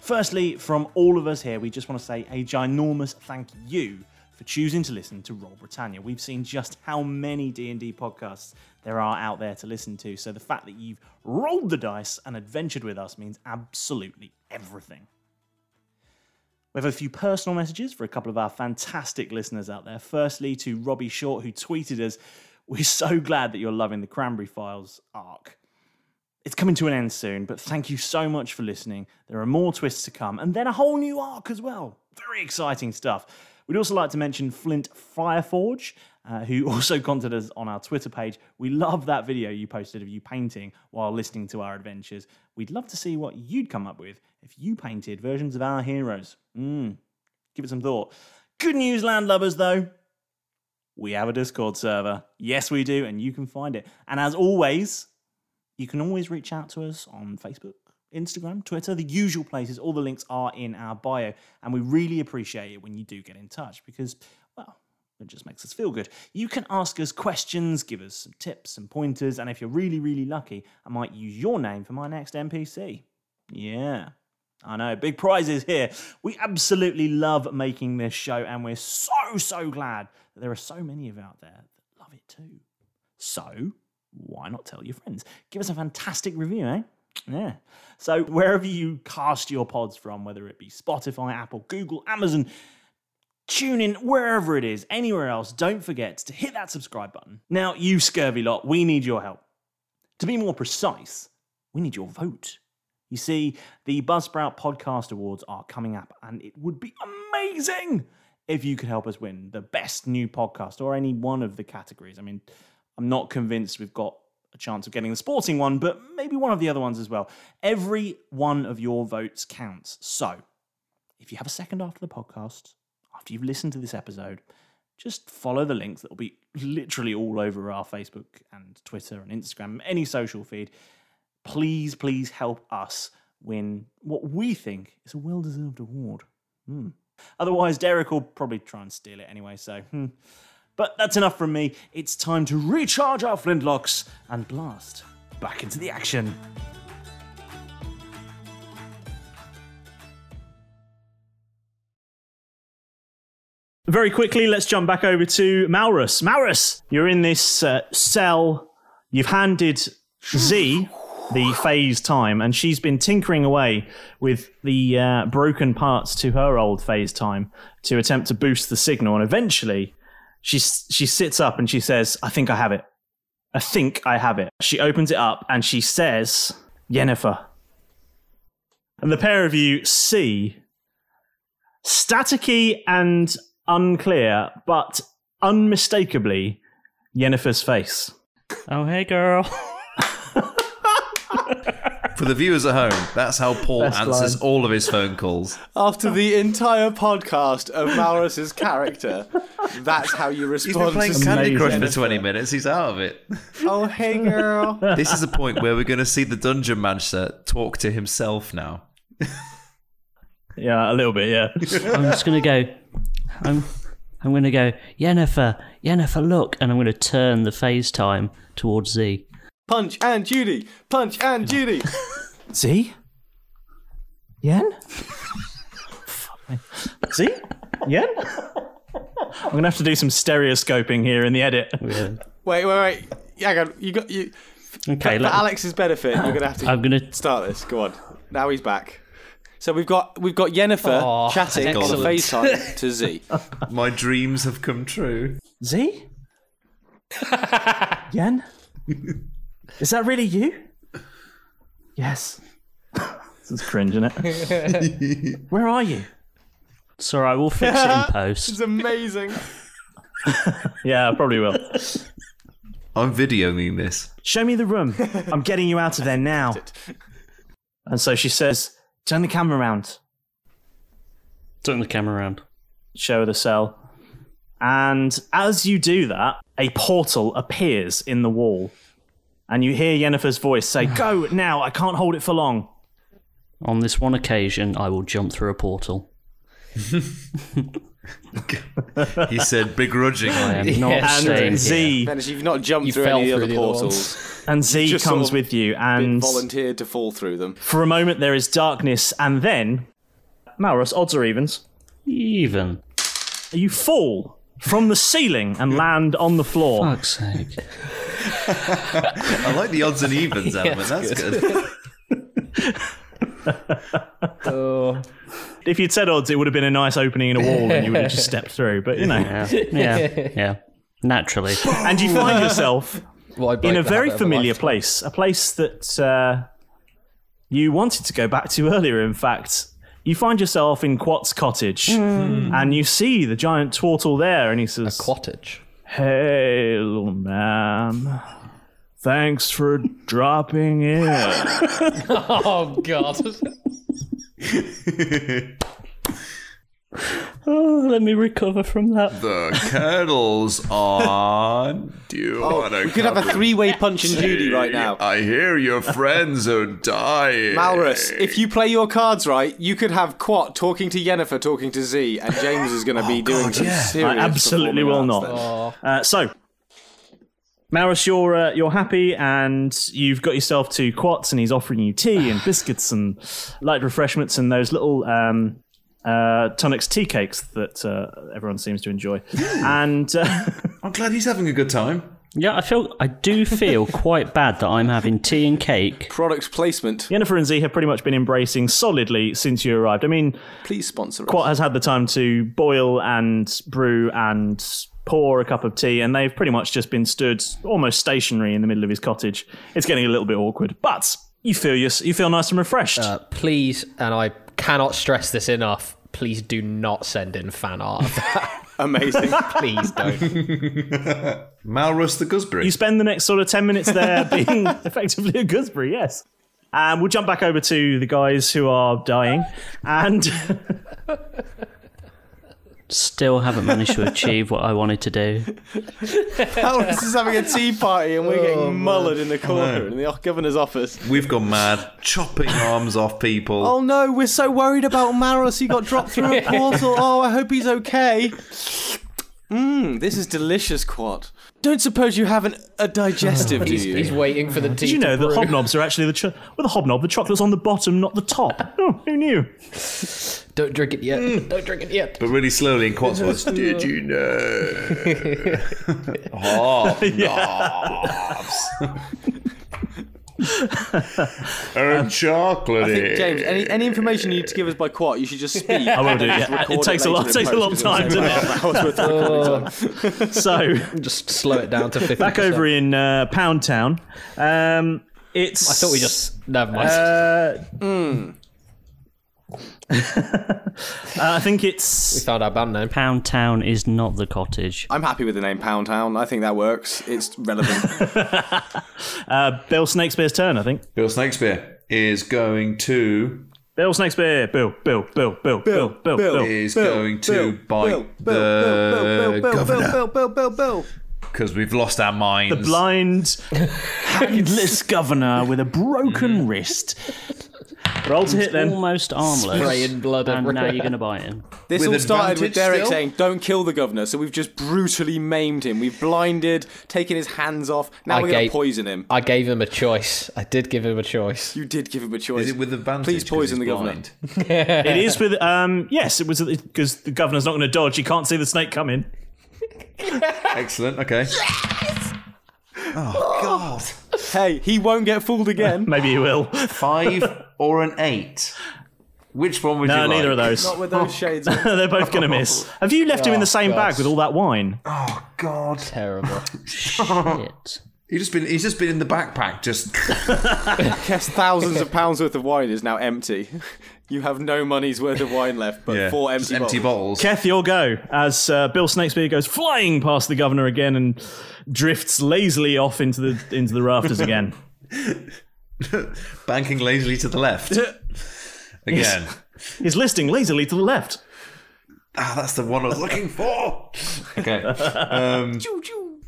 S1: Firstly, from all of us here, we just want to say a ginormous thank you for choosing to listen to Roll Britannia. We've seen just how many D&D podcasts there are out there to listen to, so the fact that you've rolled the dice and adventured with us means absolutely everything. We have a few personal messages for a couple of our fantastic listeners out there. Firstly, to Robbie Short, who tweeted us, We're so glad that you're loving the Cranberry Files arc. It's coming to an end soon, but thank you so much for listening. There are more twists to come, and then a whole new arc as well. Very exciting stuff. We'd also like to mention Flint Fireforge, uh, who also contacted us on our Twitter page. We love that video you posted of you painting while listening to our adventures. We'd love to see what you'd come up with if you painted versions of our heroes. Mm, give it some thought. Good news, landlubbers, though. We have a Discord server. Yes, we do, and you can find it. And as always, you can always reach out to us on Facebook, Instagram, Twitter, the usual places. All the links are in our bio. And we really appreciate it when you do get in touch because, well, it just makes us feel good. You can ask us questions, give us some tips and pointers. And if you're really, really lucky, I might use your name for my next NPC. Yeah. I know, big prizes here. We absolutely love making this show, and we're so, so glad that there are so many of you out there that love it too. So, why not tell your friends? Give us a fantastic review, eh? Yeah. So, wherever you cast your pods from, whether it be Spotify, Apple, Google, Amazon, tune in wherever it is, anywhere else, don't forget to hit that subscribe button. Now, you scurvy lot, we need your help. To be more precise, we need your vote. You see, the Buzzsprout Podcast Awards are coming up, and it would be amazing if you could help us win the best new podcast or any one of the categories. I mean, I'm not convinced we've got a chance of getting the sporting one, but maybe one of the other ones as well. Every one of your votes counts. So, if you have a second after the podcast, after you've listened to this episode, just follow the links that will be literally all over our Facebook and Twitter and Instagram, any social feed. Please, please help us win what we think is a well deserved award. Hmm. Otherwise, Derek will probably try and steal it anyway, so. hmm. But that's enough from me. It's time to recharge our flintlocks and blast back into the action. Very quickly, let's jump back over to Maurus. Maurus, you're in this uh, cell. You've handed Z the phase time, and she's been tinkering away with the uh, broken parts to her old phase time to attempt to boost the signal. And eventually, she s- she sits up and she says, "I think I have it. I think I have it." She opens it up and she says, "Yennefer." And the pair of you see staticky and unclear, but unmistakably Yennefer's face.
S9: Oh, hey, girl.
S11: For the viewers at home, that's how Paul
S8: Best line.
S11: answers all of his phone calls.
S3: After the entire podcast of Maurus's character, that's how you
S11: He's been
S3: respond
S11: playing
S3: to
S11: Candy
S3: Steve
S11: Crush for
S3: Jennifer.
S11: 20 minutes. He's out of it.
S3: Oh, hey, girl.
S11: This is the point where we're going to see the dungeon master talk to himself now.
S1: Yeah, a little bit. Yeah.
S9: I'm just gonna go. I'm. I'm gonna go. Yennefer, Yennefer, look, and I'm gonna turn the phase time towards Z.
S3: Punch and Judy. Punch and Judy.
S1: See? Yen? See? Yen? I'm gonna have to do some stereoscoping here in the edit.
S3: Wait, wait, wait. Hang on. You got you.
S9: Okay,
S3: for
S9: let-
S3: Alex's benefit, you're gonna have to.
S9: I'm gonna
S3: start this. Go on. Now he's back. So we've got we've got Yennefer
S11: Aw,
S3: chatting on
S11: excellent.
S3: the FaceTime to Z.
S11: My dreams have come true.
S1: Z? Yen? Is that really you? Yes. this is cringe, isn't it? Where are you?
S9: It's alright, we'll fix it in post.
S3: It's amazing.
S1: Yeah, I probably will.
S11: I'm videoing this.
S1: Show me the room. I'm getting you out of there now. And so she says, Turn the camera around.
S9: Turn the camera around.
S1: Show her the cell. And as you do that, a portal appears in the wall. And you hear Yennefer's voice say, Go now, I can't hold it for long.
S9: On this one occasion, I will jump through a portal.
S11: He said begrudgingly.
S9: I am not staying
S1: and Z.
S3: Then as you've not jumped through any other portals.
S1: And Z comes
S3: You've just sort of
S1: with you,
S3: been
S1: and
S3: volunteered to fall through them.
S1: for a moment there is darkness, and then. Maurus, odds or evens?
S9: Even.
S1: You fall from the ceiling and land on the floor.
S9: Fuck's sake.
S11: I like the odds and evens
S1: Yeah,
S11: element. that's
S1: that's
S11: good.
S1: good. If you'd said odds, it would have been a nice opening in a wall and you would have just stepped through, but you know.
S9: Yeah, yeah, yeah. Naturally.
S1: And you find yourself
S9: break
S1: in a
S9: the
S1: very
S9: habit of a
S1: familiar
S9: lifetime.
S1: place, a place that uh, you wanted to go back to earlier, in fact. You find yourself in Quat's cottage
S9: Hmm.
S1: and you see the giant turtle there and he says, A
S10: cottage.
S1: Hey, little man. Thanks for dropping in.
S10: oh God.
S9: Oh, let me recover from that.
S11: The kettle's on. Do you
S3: Oh,
S11: want to
S3: we could have a three-way punch and Judy right now.
S11: I hear your friends are dying.
S3: Malrus, if you play your cards right, you could have Quat talking to Yennefer talking to Z, and James is going to be doing some serious.
S1: I absolutely will
S3: performing
S1: not.
S3: arts
S1: Uh, so, Maris, you're uh, you're happy, and you've got yourself to Quats, and he's offering you tea and biscuits and light refreshments and those little um, uh, tonics tea cakes that uh, everyone seems to enjoy. and uh,
S11: I'm glad he's having a good time.
S9: Yeah, I feel I do feel quite bad that I'm having tea and cake.
S3: Product placement.
S1: Yennefer and Z have pretty much been embracing solidly since you arrived. I mean,
S3: please sponsor
S1: Quat has had the time to boil and brew and pour a cup of tea, and they've pretty much just been stood almost stationary in the middle of his cottage. It's getting a little bit awkward, but you feel you, you feel nice and refreshed.
S10: Uh, please, and I cannot stress this enough. Please do not send in fan art. of that.
S3: Amazing.
S10: please don't.
S11: Malrus the gooseberry.
S1: You spend the next sort of 10 minutes there being effectively a gooseberry, yes. And we'll jump back over to the guys who are dying. And
S9: Still haven't managed to achieve what I wanted to do.
S3: Alris Oh, is having a tea party and we're
S11: Oh,
S3: getting mullered
S11: man.
S3: in the
S11: I know.
S3: corner in the governor's office.
S11: We've gone mad, chopping arms off people.
S3: Oh no, we're so worried about Maros. He got dropped through a portal. Oh, I hope he's okay. Mmm, this is delicious, Quat. Don't suppose you haven't a digestive, do
S10: He's-
S3: you?
S10: he's waiting for the
S1: Did you know that hobnobs are actually the cho- with a hobnob, the chocolate's on the bottom, not the top. Oh, who knew?
S10: Don't drink it yet.
S1: Mm.
S10: Don't drink it yet.
S11: But really slowly in Quat's voice, did you know? Hobnobs. and chocolatey.
S3: I think, James, any, any information you need to give us by Quat, you should just speak.
S1: I will
S3: and
S1: do,
S3: then
S1: yeah.
S3: just record
S1: It takes a
S3: later
S1: lot-
S3: and
S1: takes a
S3: post
S1: long
S3: it.
S1: time, doesn't it?
S3: About an hour's worth of recording time.
S1: So
S10: just slow it down to 50%.
S1: back over in uh, Pound Town. Um, it's.
S10: I thought we just never mind.
S1: Uh, Uh, I think it's. We
S10: found our band name.
S9: Pound Town is not the cottage.
S3: I'm happy with the name Pound Town. I think that works. It's relevant.
S1: Uh, Bill Snakespeare's turn, I think.
S11: Bill Snakespeare is going to.
S1: Bill Snakespeare. Bill, Bill, Bill, Bill, Bill, Bill, Bill.
S11: is going to bite the governor
S3: Bill, Bill, Bill.
S11: because we've lost our minds.
S1: The blind, handless governor with a broken wrist. Roll to hit then.
S9: Almost armless.
S10: Spraying blood
S9: and now
S10: everywhere.
S9: you're going to bite him.
S3: This
S11: With
S3: all started with
S11: advantage
S3: Derek
S11: still?
S3: saying, "Don't kill the governor." So we've just brutally maimed him. We've blinded, taken his hands off. Now
S10: I
S3: we're going
S10: gave-
S3: to poison him.
S10: I gave him a choice. I did give him a choice.
S3: You did give him a choice.
S11: Is it with advantage
S3: Please
S11: 'cause
S3: poison the
S11: he's
S3: governor.
S11: blind?
S1: It is with um yes, it was because the governor's not going to dodge. He can't see the snake coming.
S11: Excellent. Okay. Oh God.
S3: Hey, he won't get fooled again.
S1: Maybe he will.
S11: Five or an eight. Which one would
S1: No,
S11: you like?
S1: neither of those.
S3: Not with those shades. on.
S1: They're both going to miss. Have you left him in the same
S10: Oh,
S1: bag
S10: God.
S1: with all that wine?
S11: Oh God.
S10: Terrible.
S9: Shit.
S11: He's just been. He's just been in the backpack. Just.
S3: Yes, thousands of pounds worth of wine is now empty. You have no money's worth of wine left, but
S11: Yeah,
S3: four
S11: just
S3: empty,
S11: empty bottles.
S3: bottles.
S1: Keth, your go as uh, Bill Snakespeare goes flying past the governor again and drifts lazily off into the into the rafters again.
S11: Banking lazily to the left. Again.
S1: He's listing lazily to the left.
S11: Ah, that's the one I was looking for. Okay. Um,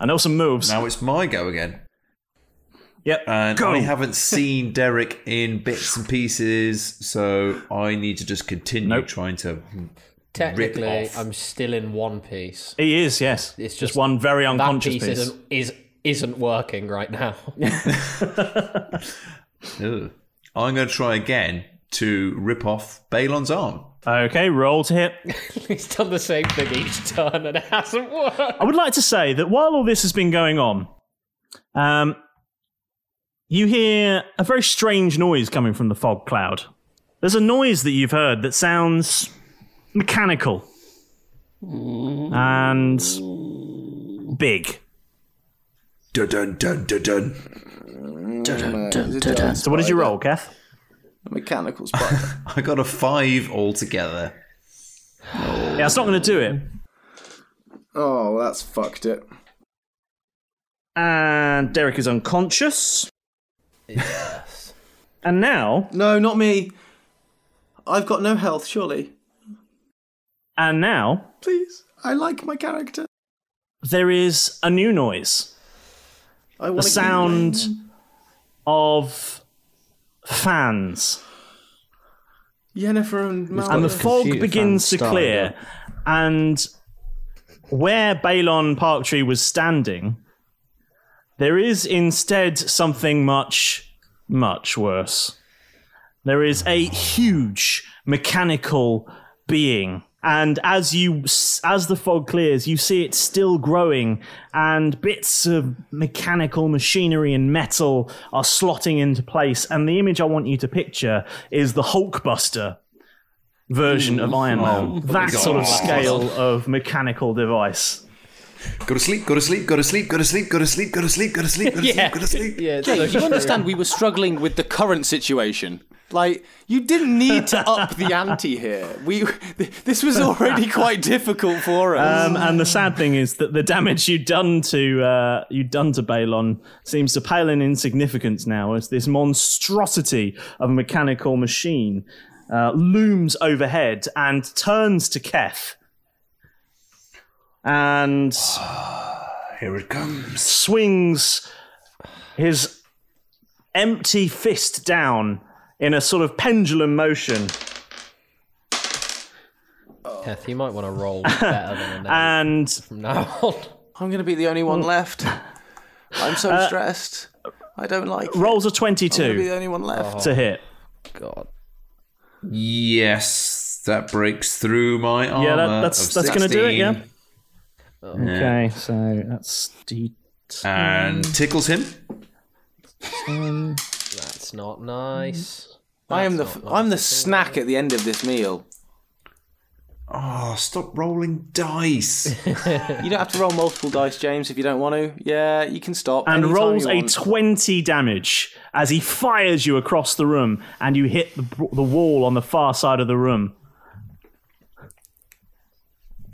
S1: I know some moves.
S11: now it's my go again.
S10: uh,
S1: Yep.
S11: And
S1: Go.
S11: I haven't seen Derek in bits and pieces, so I need to just continue trying to.
S10: Technically,
S11: off.
S10: I'm still in one piece.
S1: He is, yes.
S10: It's
S1: just
S10: just
S1: one very
S10: That
S1: unconscious
S10: piece,
S1: piece.
S10: isn't is isn't working right now.
S11: Ugh. I'm going to try again to rip off Balon's arm.
S1: Okay, roll to hit.
S10: He's done the same thing each turn and it hasn't worked.
S1: I would like to say that while all this has been going on, um, you hear a very strange noise coming from the fog cloud. There's a noise that you've heard that sounds mechanical and big.
S11: Dun dun dun dun dun.
S1: So, what did you roll, Kath?
S3: mechanical spider.
S11: I got a five altogether.
S1: Yeah, it's not going to do it.
S3: oh, well, that's fucked it.
S1: And Derek is unconscious. and now,
S3: No, not me. I've got no health, surely.
S1: and now,
S3: Please, I like my character.
S1: there is a new noise.
S3: I
S1: the
S3: want
S1: sound of fans
S3: Yennefer and Mal.
S1: and the fog
S2: computer
S1: begins
S2: fans
S1: to
S2: started
S1: clear and where balon park tree was standing there is instead something much much worse there is a huge mechanical being and as you as the fog clears you see it still growing and bits of mechanical machinery and metal are slotting into place and the image i want you to picture is the hulkbuster version of iron man that sort of
S11: God.
S1: scale of mechanical device
S11: Go to sleep, go to sleep, go to sleep, go to sleep, go to sleep, go to sleep, go to sleep, go to sleep, go to sleep.
S10: Yeah, it's
S3: James,
S10: so
S3: you understand we were struggling with the current situation. Like, you didn't need to up the ante here. We, this was already quite difficult for us.
S1: Um, and the sad thing is that the damage you'd done to uh, you'd done to Balon seems to pale in insignificance now as this monstrosity of a mechanical machine uh, looms overhead and turns to Keth and
S11: here it comes.
S1: Swings his empty fist down in a sort of pendulum motion,
S10: Keth, you might want to roll better than a
S1: and
S10: now on.
S3: I'm going to be the only one left. I'm so
S1: hmm. Uh,
S3: stressed. I don't like
S1: rolls a
S3: I'm gonna be the
S1: twenty-two
S3: only one left.
S1: to hit.
S10: God.
S11: Yes, that breaks through my armor.
S1: Yeah, that, that's
S11: of
S1: that's going to do it. Yeah.
S11: 16,
S1: Okay, so that's D.
S11: And
S1: Mm.
S11: tickles him.
S10: That's not nice.
S1: Oh,
S3: I am the I'm the snack at the end of this meal.
S11: Oh, stop rolling dice.
S1: Oh,
S3: you don't have to roll multiple dice, James, if you don't want to. Yeah, you can stop.
S1: and
S3: anytime
S1: rolls
S3: you
S1: a
S3: want.
S1: 20 damage as he fires you across the room and you hit the, the wall on the far side of the room.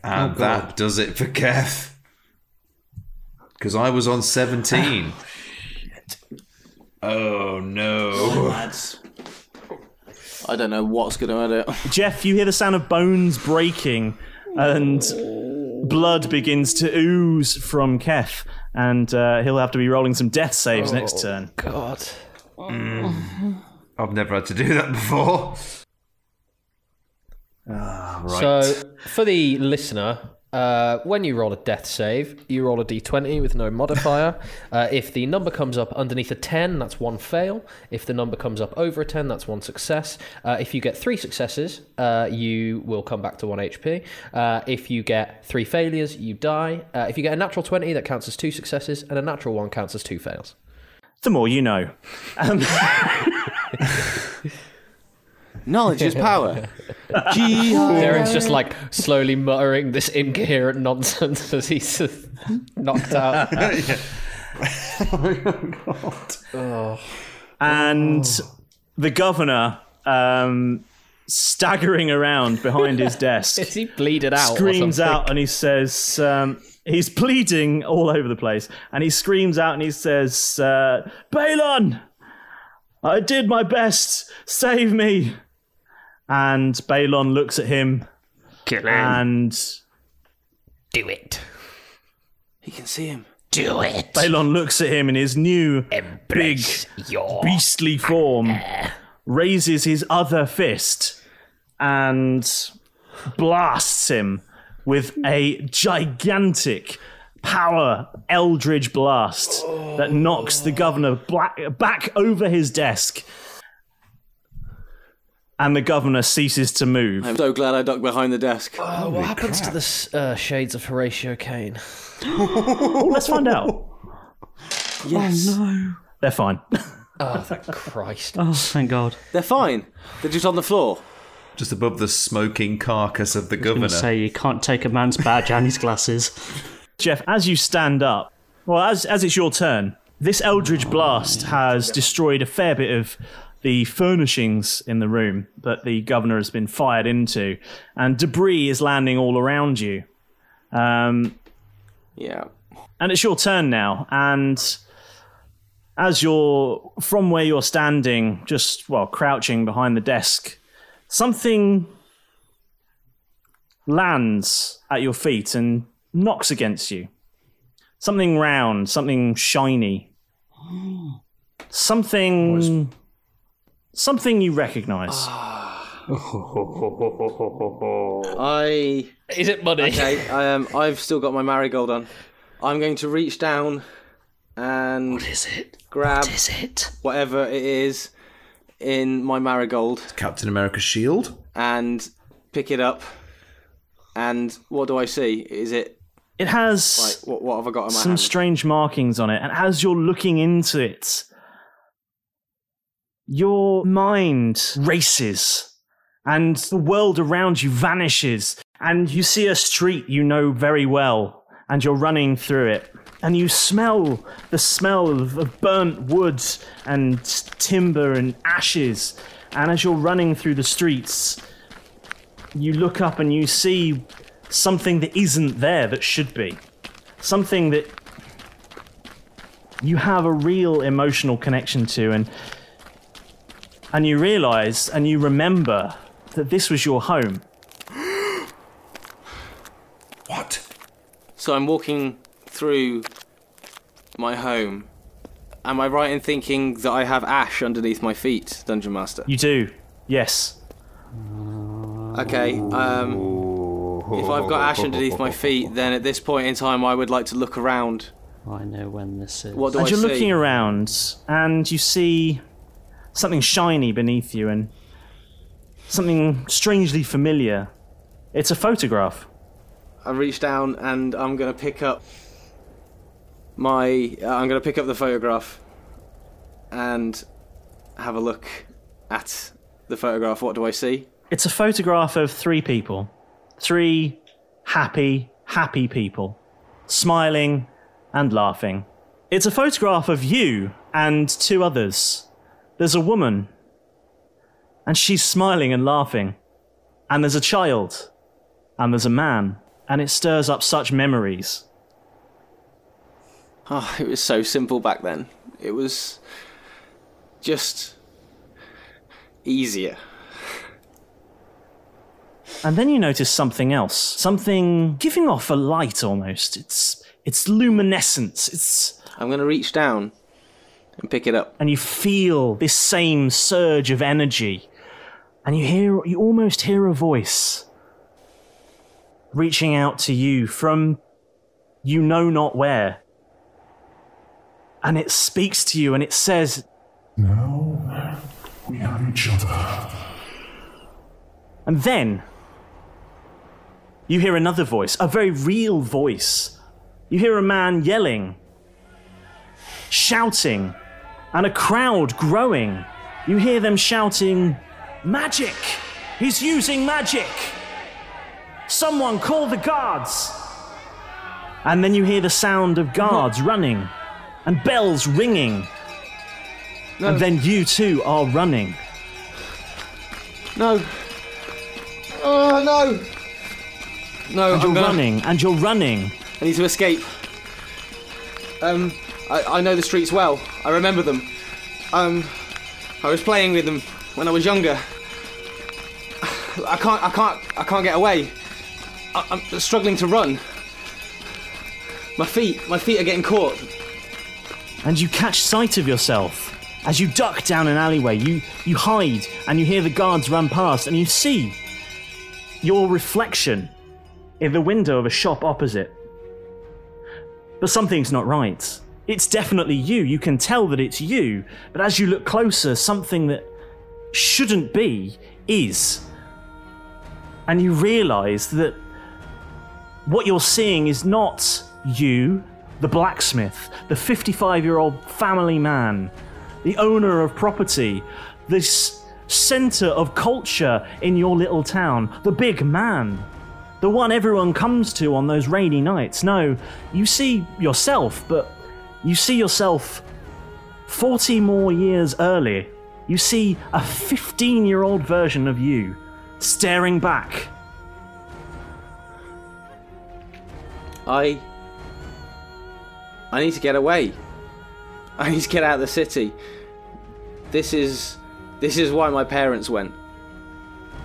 S11: And that does it for Kef. Because I was on 17. oh, no.
S3: Lads. I don't know what's going to end it.
S1: Jeff, you hear the sound of bones breaking and blood begins to ooze from Kef, and uh, he'll have to be rolling some death saves
S3: Oh.
S1: next turn.
S10: God.
S11: I've never had to do that before. Ah, right.
S10: So, for the listener, uh, when you roll a death save, you roll a d20 with no modifier. uh, if the number comes up underneath a 10, that's one fail. If the number comes up over a 10, that's one success. Uh, if you get three successes, uh, you will come back to one HP. Uh, if you get three failures, you die. Uh, if you get a natural 20, that counts as two successes, and a natural one counts as two fails.
S1: The more you know. Um,
S3: Knowledge is power.
S10: Darren's just like slowly muttering this incoherent nonsense as he's uh, knocked out.
S1: and the governor um, staggering around behind his desk.
S10: Is he bleeded out? or
S1: screams
S10: something?
S1: out and he says um, he's bleeding all over the place and he screams out and he says uh, balon i did my best save me and balon looks at him
S9: Kill him.
S1: and
S9: Do it.
S3: He can see him.
S9: Do it.
S1: balon looks at him in his new
S9: Embrace your
S1: beastly form raises his other fist and blasts him with a gigantic power eldridge blast that knocks the governor black, back over his desk and the governor ceases to move
S3: I'm so glad I ducked behind the desk.
S10: Oh, what happens to the s- uh, shades of Horatio Kane?
S1: Oh, let's find out
S3: Yes.
S1: they're fine
S10: Oh, thank Christ.
S9: Oh, thank God.
S3: They're fine. They're just on the floor.
S11: Just above the smoking carcass of the
S9: I'm
S11: governor.
S9: going to say you can't take a man's badge and his glasses.
S1: Jeff, as you stand up, well, as, as it's your turn, this Eldridge blast has destroyed a fair bit of the furnishings in the room that the governor has been fired into, and debris is landing all around you. Um,
S3: Yeah.
S1: and it's your turn now. And as you're from where you're standing, just well, crouching behind the desk, something lands at your feet and knocks against you. Something round, something shiny, something, something you recognise.
S3: I.
S10: Is it money?
S3: Okay. I, um, I've still got my marigold on. I'm going to reach down and
S9: Is it?
S3: grab
S9: Is it?
S3: whatever it is in my marigold
S11: Captain America's shield.
S3: and pick it up. And what do I see? Is it
S1: It has.
S3: like what? What have I got in my
S1: some
S3: hand?
S1: strange markings on it. And as you're looking into it, your mind races and the world around you vanishes. And you see a street you know very well, and you're running through it. And you smell the smell of, of burnt wood and timber and ashes. And as you're running through the streets, you look up and you see something that isn't there that should be something that you have a real emotional connection to and and you realize and you remember that this was your home
S11: What?
S3: So I'm walking through my home. Am I right in thinking that I have ash underneath my feet, Dungeon Master?
S1: You do. Yes.
S3: Okay. Um, if I've got ash underneath my feet, then at this point in time, I would like to look around.
S9: I know when this is.
S3: What do
S1: As
S3: I
S1: you're
S3: see?
S1: looking around, and you see something shiny beneath you, and something strangely familiar. It's a photograph.
S3: I reach down and I'm gonna pick up my. Uh, I'm gonna pick up the photograph and have a look at the photograph. What do I see?
S1: It's a photograph of three people. Three happy, happy people. Smiling and laughing. It's a photograph of you and two others. There's a woman, and she's smiling and laughing. And there's a child, and there's a man, and it stirs up such memories.
S3: Oh, it was so simple back then. It was just easier.
S1: And then you notice something else, something giving off a light almost. It's it's luminescence. It's
S3: I'm going to reach down and pick it up.
S1: And you feel this same surge of energy. And you hear you almost hear a voice reaching out to you from you know not where. And it speaks to you and it says,
S13: Now we have each other.
S1: And then you hear another voice, a very real voice. You hear a man yelling, shouting, and a crowd growing. You hear them shouting, Magic! He's using magic! Someone call the guards! And then you hear the sound of guards running and bells ringing. And then you too are running.
S3: No. Oh no!
S1: and
S3: No, I'm
S1: you're
S3: gonna-
S1: running, and you're running.
S3: I need to escape. Um, I, I know the streets well. I remember them. Um, I was playing with them when I was younger. I can't, I can't, I can't get away. I, I'm struggling to run. My feet, my feet are getting caught.
S1: and you catch sight of yourself. As you duck down an alleyway, you, you hide and you hear the guards run past and you see your reflection in the window of a shop opposite. But something's not right. It's definitely you. You can tell that it's you, but as you look closer, something that shouldn't be is. And you realize that what you're seeing is not you, the blacksmith, the 55 year old family man, the owner of property, this center of culture in your little town, the big man, the one everyone comes to on those rainy nights. No, you see yourself, but you see yourself 40 more years early. You see a 15 year old version of you staring back.
S3: I. I need to get away. I need to get out of the city. This is. This is why my parents went.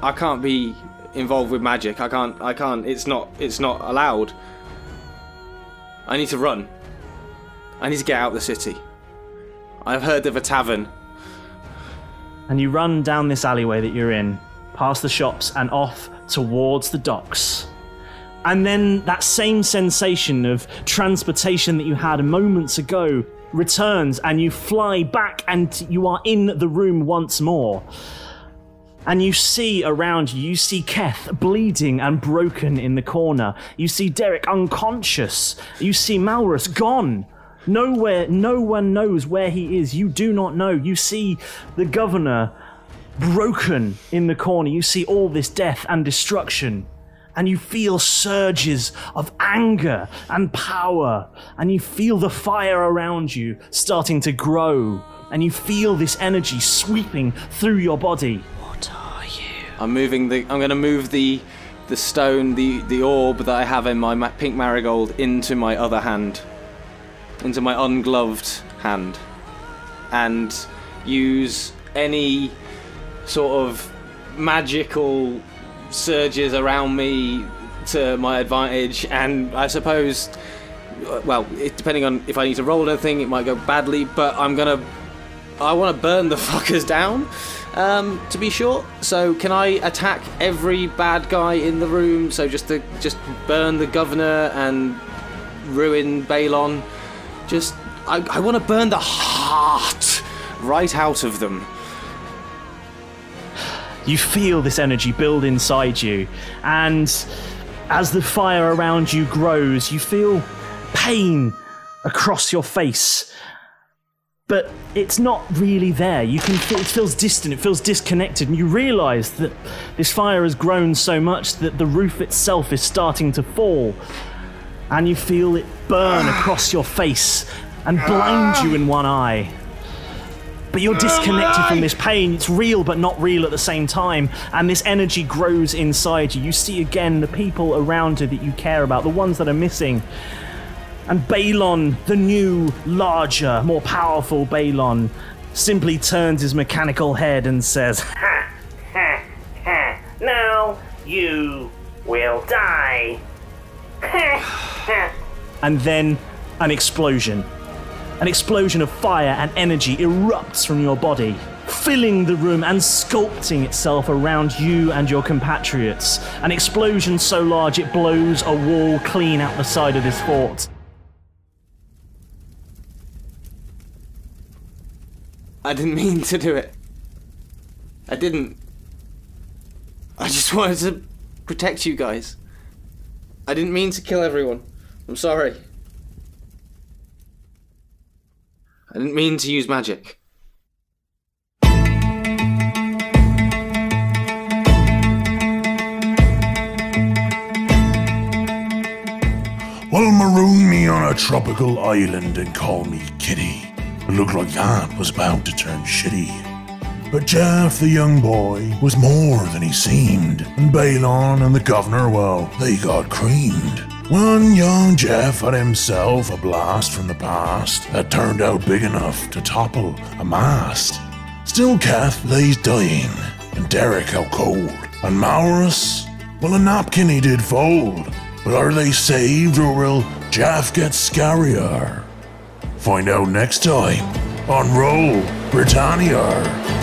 S3: I can't be involved with magic. I can't. I can't. It's not. It's not allowed. I need to run. I need to get out of the city. I've heard of a tavern.
S1: and you run down this alleyway that you're in, past the shops and off towards the docks. And then that same sensation of transportation that you had moments ago returns, and you fly back, and you are in the room once more. And you see around you, you see Keth bleeding and broken in the corner. You see Derek unconscious. You see Malrus gone. Nowhere, no one knows where he is. You do not know. You see the governor broken in the corner. You see all this death and destruction. And you feel surges of anger and power. And you feel the fire around you starting to grow. And you feel this energy sweeping through your body.
S3: I'm moving the. I'm going to move the, the stone, the the orb that I have in my ma- pink marigold into my other hand, into my ungloved hand, and use any sort of magical surges around me to my advantage, and I suppose, well, it, depending on if I need to roll anything, it might go badly. But I'm gonna, I want to burn the fuckers down, um, to be sure. So can I attack every bad guy in the room? So just to just burn the governor and ruin Balon. Just I, I want to burn the heart right out of them.
S1: You feel this energy build inside you, and as the fire around you grows, you feel pain across your face. But it's not really there. You can feel, it feels distant, it feels disconnected, and you realise that this fire has grown so much that the roof itself is starting to fall, and you feel it burn across your face and blind you in one eye but you're disconnected from this pain. It's real, but not real at the same time. And this energy grows inside you. You see again the people around you that you care about, the ones that are missing. And Balon, the new, larger, more powerful Balon, simply turns his mechanical head and says,
S7: Ha, ha, ha. Now you will die. Ha, ha.
S1: and then an explosion. An explosion of fire and energy erupts from your body, filling the room and sculpting itself around you and your compatriots. An explosion so large it blows a wall clean out the side of this fort.
S3: I didn't mean to do it. I didn't. I just wanted to protect you guys. I didn't mean to kill everyone. I'm sorry. I didn't mean to use magic.
S11: Well, maroon me on a tropical island and call me Kitty. It looked like that was bound to turn shitty. But Jeff, the young boy, was more than he seemed, and Balon and the governor, well, they got creamed. One young Jeff had himself a blast from the past that turned out big enough to topple a mast. Still, Kath lays dying, and Derek out cold, and Maurus, well, a napkin he did fold. But are they saved, or will Jeff get scarier? Find out next time on Roll Britannia.